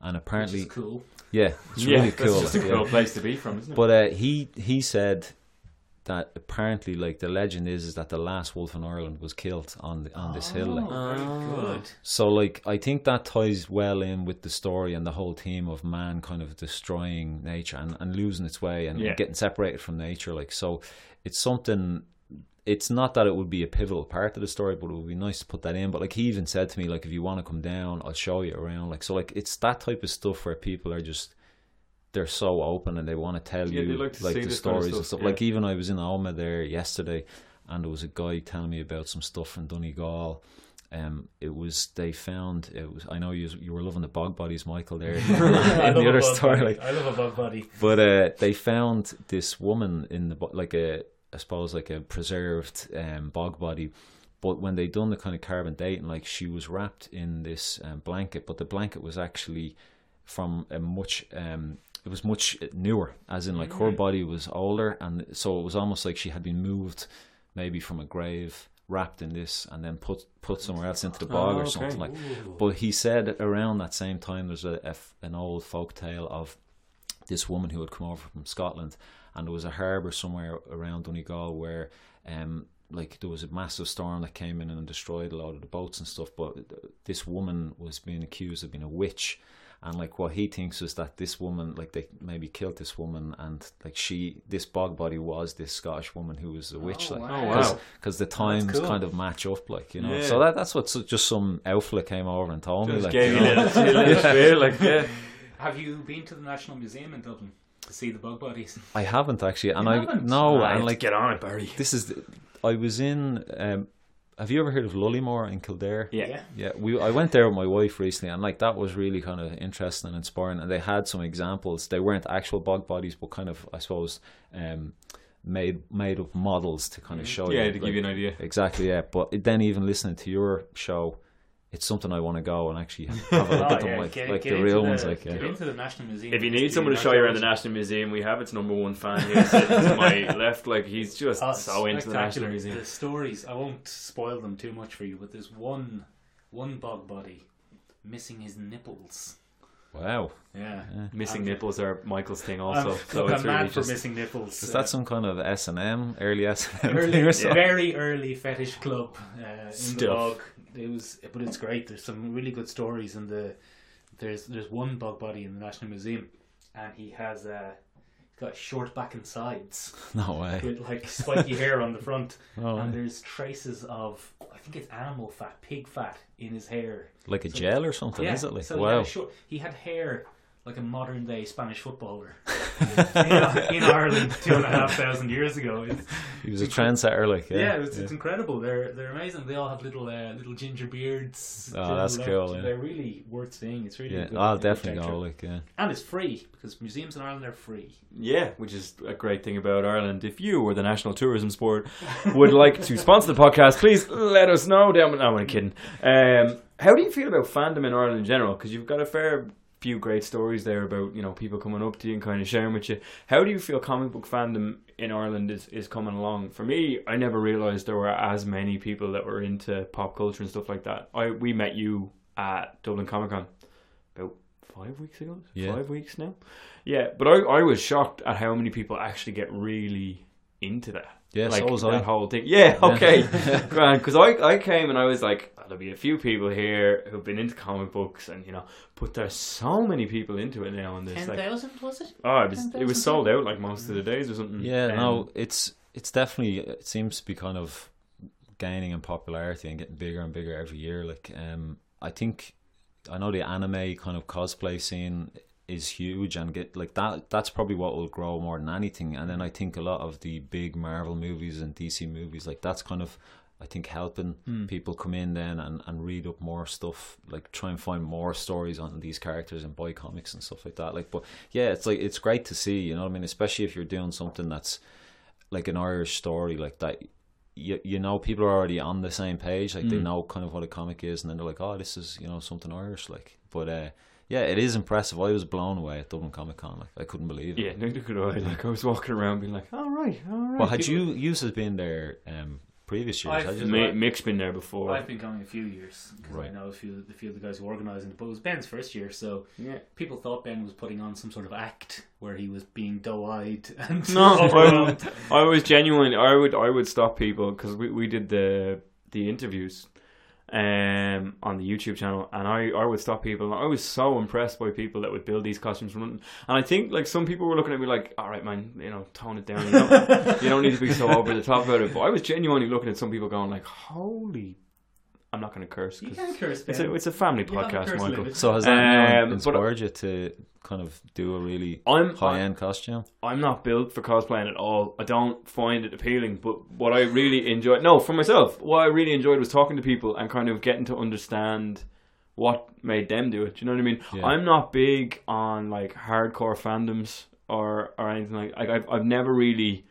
and apparently, Which is cool. yeah, it's yeah, really It's cool. just a like, yeah. cool place to be from, isn't it? But uh, he he said that apparently, like the legend is, is that the last wolf in Ireland was killed on the, on this hill. Like, Oh, very good. so, like, I think that ties well in with the story and the whole theme of man kind of destroying nature and, and losing its way and Yeah. getting separated from nature. Like, so it's something. It's not that it would be a pivotal part of the story, but it would be nice to put that in. But like he even said to me, like, if you want to come down, I'll show you around. Like, so like it's that type of stuff where people are just they're so open and they want to tell Yeah, they you like like, to see the this kind of stories and stuff, stuff. yeah. Like even I was in Alma there yesterday, and there was a guy telling me about some stuff from Donegal. Um, it was they found it was. I know you you were loving the bog bodies, Michael. There I love in the a other bug story, buddy. like I love a bug buddy. but uh, they found this woman in the bo- like a I suppose like a preserved um, bog body. But when they done the kind of carbon dating, like she was wrapped in this um, blanket, but the blanket was actually from a much um, it was much newer, as in like her Mm-hmm. body was older, and so it was almost like she had been moved maybe from a grave, wrapped in this, and then put put somewhere else into the bog Oh, or okay. something like. But he said around that same time there's a, a f- an old folk tale of this woman who had come over from Scotland, and there was a harbour somewhere around Donegal where, um, like there was a massive storm that came in and destroyed a lot of the boats and stuff. But th- this woman was being accused of being a witch, and like what he thinks is that this woman, like they maybe killed this woman, and like she, this bog body was this Scottish woman who was a witch. like, wow. Oh, wow. Because the times cool. kind of match up, like you know. Yeah. So that that's what s- just some outfla came over and told me, Just like gave you you know. a little- a little feel, like, yeah. Have you been to the National Museum in Dublin to see the bug buddies? I haven't actually, Oh, and You I haven't? no, I have and to like get on it, Barry. this is the- I was in um Have you ever heard of Lullymore in Kildare? Yeah. Yeah, we I went there with my wife recently, and like that was really kind of interesting and inspiring. And they had some examples. They weren't actual bog bodies, but kind of I suppose um, made made up models to kind of show. Mm-hmm. Yeah, you, to like- give you an idea. Exactly, yeah. But it- then even listening to your show, it's something I want to go and actually have a look Oh, at them, like, like the into real ones, like Oh, get yeah. into the National Museum. If you and do need someone to your show you around the archaeology. National Museum, we have its number one fan here sitting to my left. Like he's just Oh, so into the National spectacular. Museum. The stories. I won't spoil them too much for you, but there's one one bog body missing his nipples. Wow, Yeah. Missing I'm- nipples are Michael's thing I'm, also. so look, it's I'm mad really for just missing nipples. is Uh, that some kind of S and M early S and M early, thing or something? very early fetish club uh, in the Stuff. bog. It was, but it's great. There's some really good stories in the. There's there's one bog body in the National Museum, and he has uh, he's got short back and sides No way. with like spiky hair on the front, Oh, and yeah. there's traces of I think it's animal fat, pig fat in his hair. Like a gel or something, is it? Like so he had, wow. a short, he had hair like a modern day Spanish footballer in, in Ireland two and a half thousand years ago. It's- He was a trendsetter, like yeah. yeah, it's, it's incredible. They're they're amazing. They all have little uh, little ginger beards. Oh, little that's left. cool, yeah. They're really worth seeing. It's really yeah. good I'll definitely architecture. go. Like yeah. And it's free because museums in Ireland are free. Yeah, which is a great thing about Ireland. If you or the National Tourism Sport would like to sponsor the podcast, please let us know. Down, no, I'm kidding. Um, how do you feel about fandom in Ireland in general? Because you've got a fair few great stories there about you know people coming up to you and kind of sharing with you. How do you feel comic book fandom in Ireland is, is coming along? For me, I never realised there were as many people that were into pop culture and stuff like that. I we met you at Dublin Comic Con about five weeks ago. Yeah. Five weeks now. Yeah, but I, I was shocked at how many people actually get really into that. Yeah, like so was that I. whole thing. Yeah, okay, grand. Because I, I came and I was like, "Oh, there'll be a few people here who've been into comic books, and you know, but there's so many people into it now, and there's Ten like, thousand was it? oh, it was it 10,000 was sold out like most of the days or Mm. something. Yeah, Um, no, it's it's definitely it seems to be kind of gaining in popularity and getting bigger and bigger every year. Like, um, I think I know the anime kind of cosplay scene is huge and get like that. That's probably what will grow more than anything. And then I think a lot of the big Marvel movies and DC movies, like that's kind of. I think helping people come in then and, and read up more stuff, like try and find more stories on these characters and buy comics and stuff like that. Like, but yeah, it's like it's great to see. You know what I mean? Especially if you're doing something that's like an Irish story like that. You, you know people are already on the same page Mm. like they know kind of what a comic is and then they're like oh this is you know something Irish like but uh yeah it is impressive I was blown away at Dublin Comic Con like I couldn't believe it yeah, no, could I. Like I was walking around being like, all right, all right. well had people- you you have been there um previous years I've- had you? Mi- Mick's been there before. I've been going a few years because I Right. know a few, a few of the guys who organised it. But it was Ben's first year, so yeah. people thought Ben was putting on some sort of act where he was being doe-eyed and No, overwhelmed. I was genuine. I would I would stop people because we, we did the the interviews um on the YouTube channel, and I I would stop people. And I was so impressed by people that would build these costumes from nothing. And I think like some people were looking at me like, "All right, man, you know, tone it down. You don't, you don't need to be so over the top about it." But I was genuinely looking at some people going like, "Holy." I'm not going to curse. you 'cause can curse Ben. It's a, it's a family You have a podcast, curse Michael. limit. so has that now Um, but- inspired you to kind of do a really I'm, high end costume I'm not built for cosplaying at all. I don't find it appealing, but what I really enjoyed, no, for myself, what I really enjoyed was talking to people and kind of getting to understand what made them do it. Do you know what I mean? Yeah. I'm not big on like hardcore fandoms or or anything like. Like I've I've never really.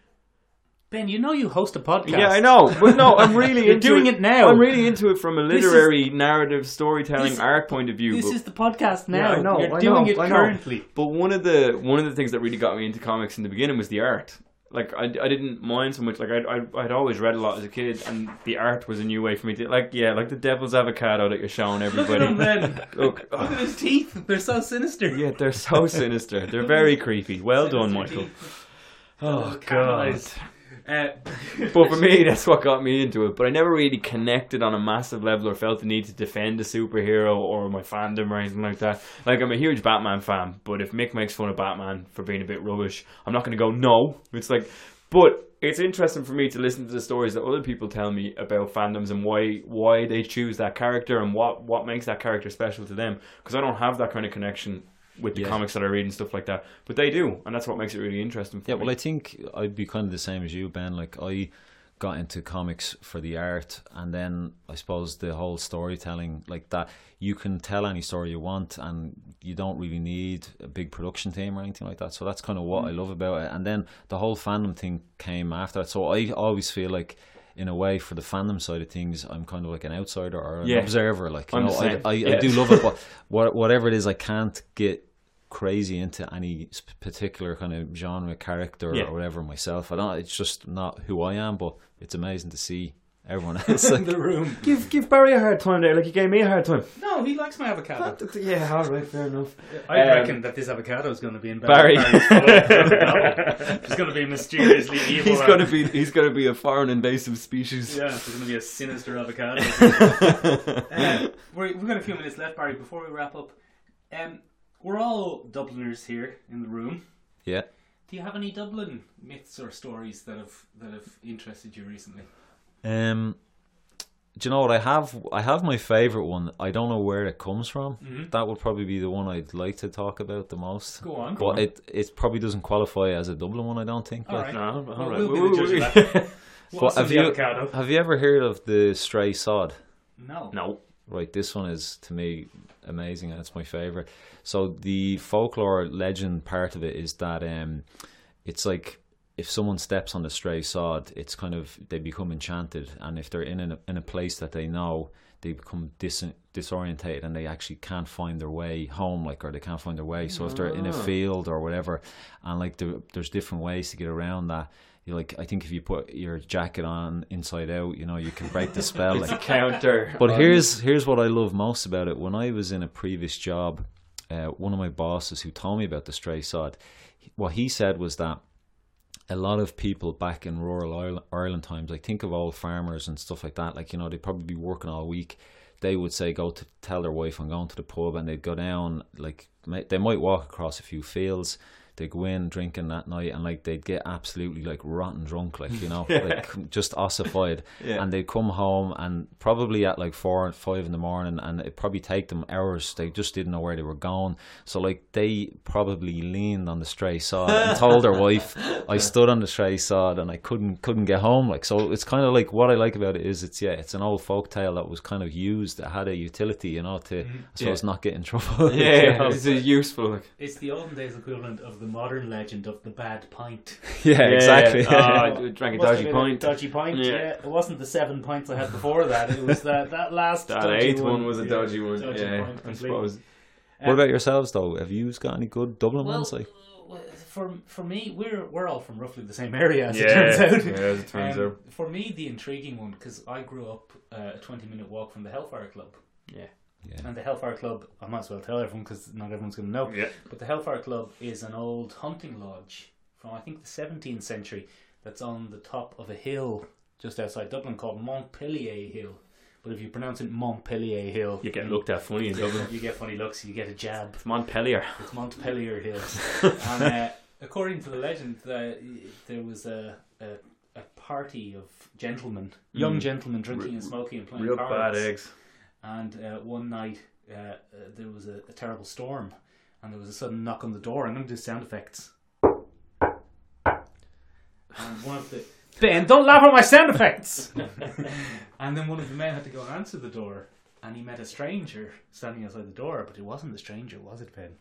Ben, you know you host a podcast. Yeah, I know, but no, I'm really You're into doing it now. I'm really into it from a is- literary, narrative, storytelling, This- art point of view. This but- is the podcast now. Yeah, I know, You're I doing know, it I know. currently. But one of the one of the things that really got me into comics in the beginning was the art. Like I, I didn't mind so much. Like I I I'd always read a lot as a kid, and the art was a new way for me to like yeah like the devil's avocado that you're showing Look at him everybody. then. Look, Look at oh, his teeth. They're so sinister. yeah, they're so sinister. They're very creepy. Well Sinister done, Michael. teeth. Oh God. caramelized. Uh, But for me, that's what got me into it. But I never really connected on a massive level or felt the need to defend a superhero or my fandom or anything like that. Like, I'm a huge Batman fan, but if Mick makes fun of Batman for being a bit rubbish, I'm not going to go, no. It's like, but it's interesting for me to listen to the stories that other people tell me about fandoms and why why they choose that character and what, what makes that character special to them. Because I don't have that kind of connection with the Yeah. comics that I read and stuff like that. But they do, and that's what makes it really interesting for Yeah, me. well, I think I'd be kind of the same as you, Ben. Like I got into comics for the art and then I suppose the whole storytelling like that you can tell any story you want and you don't really need a big production team or anything like that so that's kind of what I Mm. love about it and then the whole fandom thing came after that so I always feel like in a way for the fandom side of things I'm kind of like an outsider or an Yeah. observer like you I'm know the I, same. I, I Yeah. do love it but what, whatever it is I can't get crazy into any sp- particular kind of genre character Yeah. or whatever myself. I don't. It's just not who I am. But it's amazing to see everyone else. in Like, the room. Give give Barry a hard time there, like you gave me a hard time. No, he likes my avocado. Yeah, all right, fair enough. I Um, reckon that this avocado is going to be in Barry. Barry's follow-up. It's going to be mysteriously evil. He's gonna be he's gonna be a foreign invasive species. Yeah, there's going to be a sinister avocado. Uh, we're, we've got a few minutes left, Barry. Before we wrap up, um, we're all Dubliners here in the room. yeah. Do you have any Dublin myths or stories that have that have interested you recently? Um. Do you know what I have? I have my favorite one. I don't know where it comes from. Mm-hmm. That would probably be the one I'd like to talk about the most. Go on. But it it probably doesn't qualify as a Dublin one. I don't think. All Like, right. No, all Well, right. we'll be the judge of that. What's But in have the you- avocado? Have you ever heard of the stray sod? No. No. Right, this one is to me amazing and it's my favorite. So the folklore legend part of it is that um it's like if someone steps on the stray sod, it's kind of they become enchanted and if they're in a, in a place that they know, they become dis- disorientated and they actually can't find their way home like or they can't find their way. So if they're in a Ah. field or whatever and like there, there's different ways to get around that. You like I think if you put your jacket on inside out, you know, you can break the spell like Counter. but here's here's what I love most about it. When I was in a previous job, uh, one of my bosses who told me about the stray sod, he- what he said was that a lot of people back in rural Ireland, Ireland times, like think of old farmers and stuff like that. Like you know, they'd probably be working all week. They would say, "Go to tell their wife I'm going to the pub," and they'd go down. Like ma- they might walk across a few fields. They go in drinking that night, and like they'd get absolutely like rotten drunk, like you know, like just ossified. Yeah. And they'd come home, and probably at like four or five in the morning, and it probably take them hours. They just didn't know where they were going. So like they probably leaned on the stray sod and told their wife, "I stood on the stray sod and I couldn't couldn't get home." Like so, it's kind of like what I like about it is it's yeah, it's an old folk tale that was kind of used that had a utility, you know, to I suppose not get in trouble. Mm-hmm. you Yeah, know? this is useful. Like. It's the olden days equivalent of the modern legend of the bad pint. yeah, exactly. Oh, I drank a Must have dodgy been Uh, a pint. Dodgy pint. Yeah. Yeah. it wasn't the seven pints I had before that. It was that that last. That dodgy eighth one was a Yeah, dodgy one. dodgy yeah, pint I completely. suppose. what about yourselves though? Have you got any good Dublin Well, ones? Like for for me, we're we're all from roughly the same area as yeah, it turns out. yeah, as it turns Um, out. For me, the intriguing one because I grew up uh, a twenty-minute walk from the Hellfire Club. Yeah. Yeah. And the Hellfire Club, I might as well tell everyone because not everyone's going to know. Yeah. But the Hellfire Club is an old hunting lodge from I think the 17th century that's on the top of a hill just outside Dublin called Montpellier Hill. But if you pronounce it Montpellier Hill, You get looked at funny in Dublin. you get funny looks, you get a jab. It's Montpellier. It's Montpellier Hill. and uh, according to the legend, the, there was a, a, a party of gentlemen, young Mm. gentlemen drinking Re- and smoking and playing Real bad cards. eggs. And uh, one night uh, uh, there was a, a terrible storm, and there was a sudden knock on the door. I'm going to do sound effects. And one of the Ben, don't laugh at my sound effects. and then one of the men had to go and answer the door, and he met a stranger standing outside the door. But it wasn't the stranger, was it, Ben?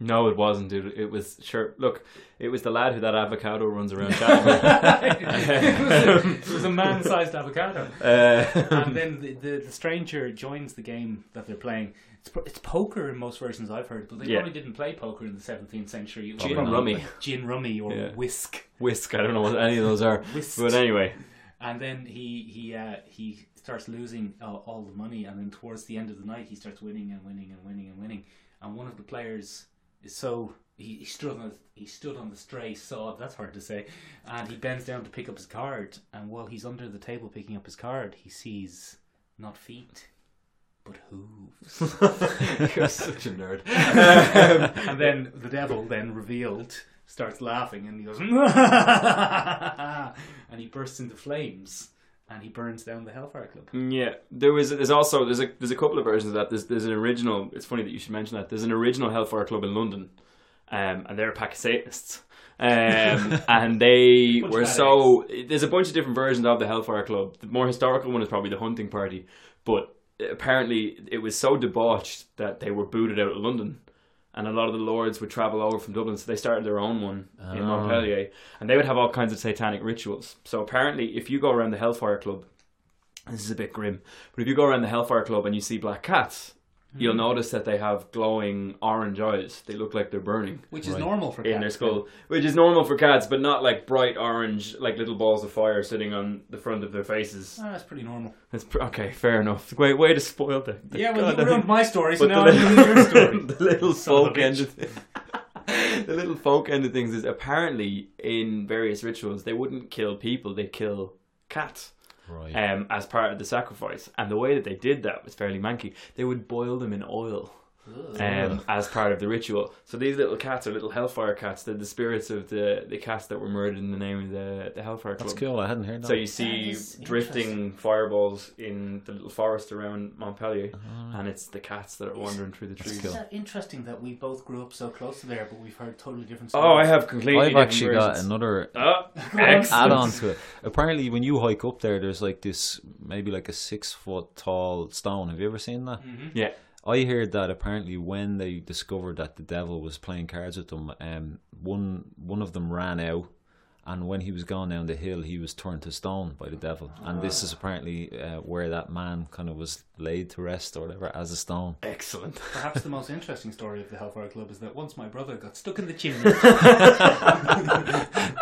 No, it wasn't, dude. It was sure. Look, it was the lad who that avocado runs around chatting with. it, was a, it was a man-sized avocado. Uh, and then the, the, the stranger joins the game that they're playing. It's, pro- it's poker in most versions I've heard, but they Yeah. probably didn't play poker in the 17th century. It was Gin probably rummy. Gin rummy or Yeah. whisk. whisk. I don't know what any of those are. Whist. But anyway, And then he he uh, he starts losing uh, all the money, and then towards the end of the night, he starts winning and winning and winning and winning. And one of the players is so he, he stood on the, he stood on the stray sod. That's hard to say. And he bends down to pick up his card, and while he's under the table picking up his card, he sees not feet, but hooves. you're such a nerd. and then the devil, then revealed, starts laughing and he goes, and he bursts into flames and he burns down the Hellfire Club. Yeah, there was. There's also there's a there's a couple of versions of that. There's there's an original. It's funny that you should mention that. There's an original Hellfire Club in London, um, and they're Pakistanists. Um, and they Bunch of were so. There's a bunch of different versions of the Hellfire Club. The more historical one is probably the Hunting Party, but apparently it was so debauched that they were booted out of London. And a lot of the lords would travel over from Dublin, so they started their own one in Oh. Ah. Montpellier, and they would have all kinds of satanic rituals. So apparently, if you go around the Hellfire Club, this is a bit grim, but if you go around the Hellfire Club and you see black cats, you'll Hmm. notice that they have glowing orange eyes. They look like they're burning which is normal for in cats. their skull, which is normal for cats, but not like bright orange, like little balls of fire sitting on the front of their faces. Ah, that's pretty normal. That's pr- okay, fair enough. Wait, way to spoil the, the yeah, well, you goddamn- ruined my story, so but now the I'm ruining your story. the little Son of a folk bitch. end of the little folk end of things is apparently in various rituals they wouldn't kill people, they kill cats Right. um, as part of the sacrifice. And the way that they did that was fairly manky. They would boil them in oil um, as part of the ritual. So these little cats are little hellfire cats. They're the spirits of the, the cats that were murdered in the name of the, the hellfire club. That's cool. I hadn't heard that. So you see That is drifting fireballs in the little forest around Montpellier, Ah. and it's the cats that are wandering through the trees. Isn't that interesting that we both grew up so close to there, but we've heard totally different stories? Oh, I have completely. I've different actually got versions. another Oh, Go on. add excellent. on to it. Apparently, when you hike up there, there's like this maybe like a six foot tall stone. Have you ever seen that? Mhm. Yeah. I heard that apparently when they discovered that the devil was playing cards with them, um, one one of them ran out, and when he was gone down the hill, he was turned to stone by the devil. And this is apparently uh, where that man kind of was laid to rest or whatever as a stone. Excellent. Perhaps the most interesting story of the Hellfire Club is that once my brother got stuck in the chimney,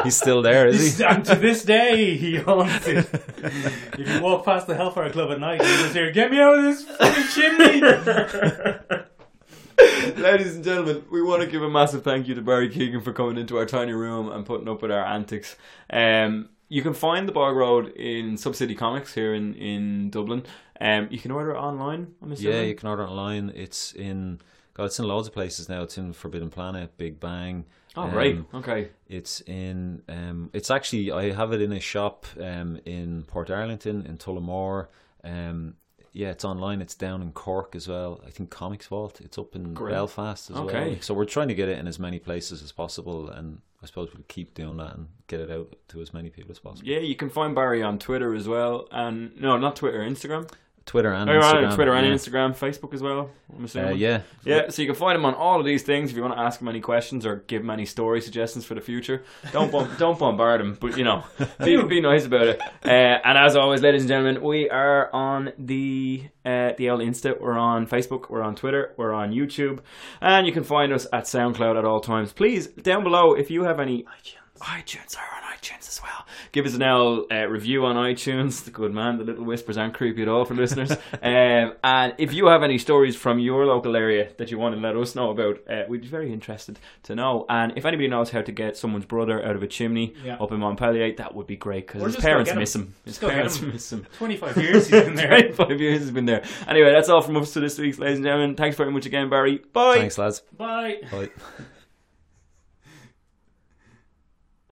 He's still there, is he? and to this day he haunts it. if you walk past the Hellfire Club at night, you just hear, "Get me out of this fucking chimney!" Ladies and gentlemen, we want to give a massive thank you to Barry Keegan for coming into our tiny room and putting up with our antics. Um, you can find the Bog Road in Subcity Comics here in, in Dublin. Um, you can order it online, I'm assuming. Yeah, you can order it online. It's in God, it's in loads of places now. It's in Forbidden Planet, Big Bang. Oh, um, right. Okay. It's in. Um, it's actually I have it in a shop um, in Port Arlington in Tullamore. Um, yeah, it's online. It's down in Cork as well. I think Comics Vault. It's up in Great. Belfast as Okay. well. So we're trying to get it in as many places as possible, and I suppose we'll keep doing that and get it out to as many people as possible. Yeah, you can find Barry on Twitter as well. and No, not Twitter, Instagram. Twitter and Oh, you're on Instagram. Twitter and yeah. Instagram, Facebook as well, I'm assuming. Uh, yeah, Yeah, so you can find him on all of these things if you want to ask him any questions or give him any story suggestions for the future. Don't bom- don't bombard him, but you know, be, be nice about it. Uh, and as always, ladies and gentlemen, we are on the uh, the old Insta. We're on Facebook. We're on Twitter. We're on YouTube, and you can find us at SoundCloud at all times. Please down below if you have any iTunes are on iTunes as well. Give us an L uh, review on iTunes. The good man, the little whispers aren't creepy at all for listeners. um, and if you have any stories from your local area that you want to let us know about, uh, we'd be very interested to know. And if anybody knows how to get someone's brother out of a chimney Yeah. up in Montpellier, that would be great because Or his just go parents get him. miss him. His Just go get parents him. miss him. Twenty-five years he's been there. 25 years has been there. Anyway, that's all from us for this week, ladies and gentlemen. Thanks very much again, Barry. Bye. thanks, lads. Bye. Bye.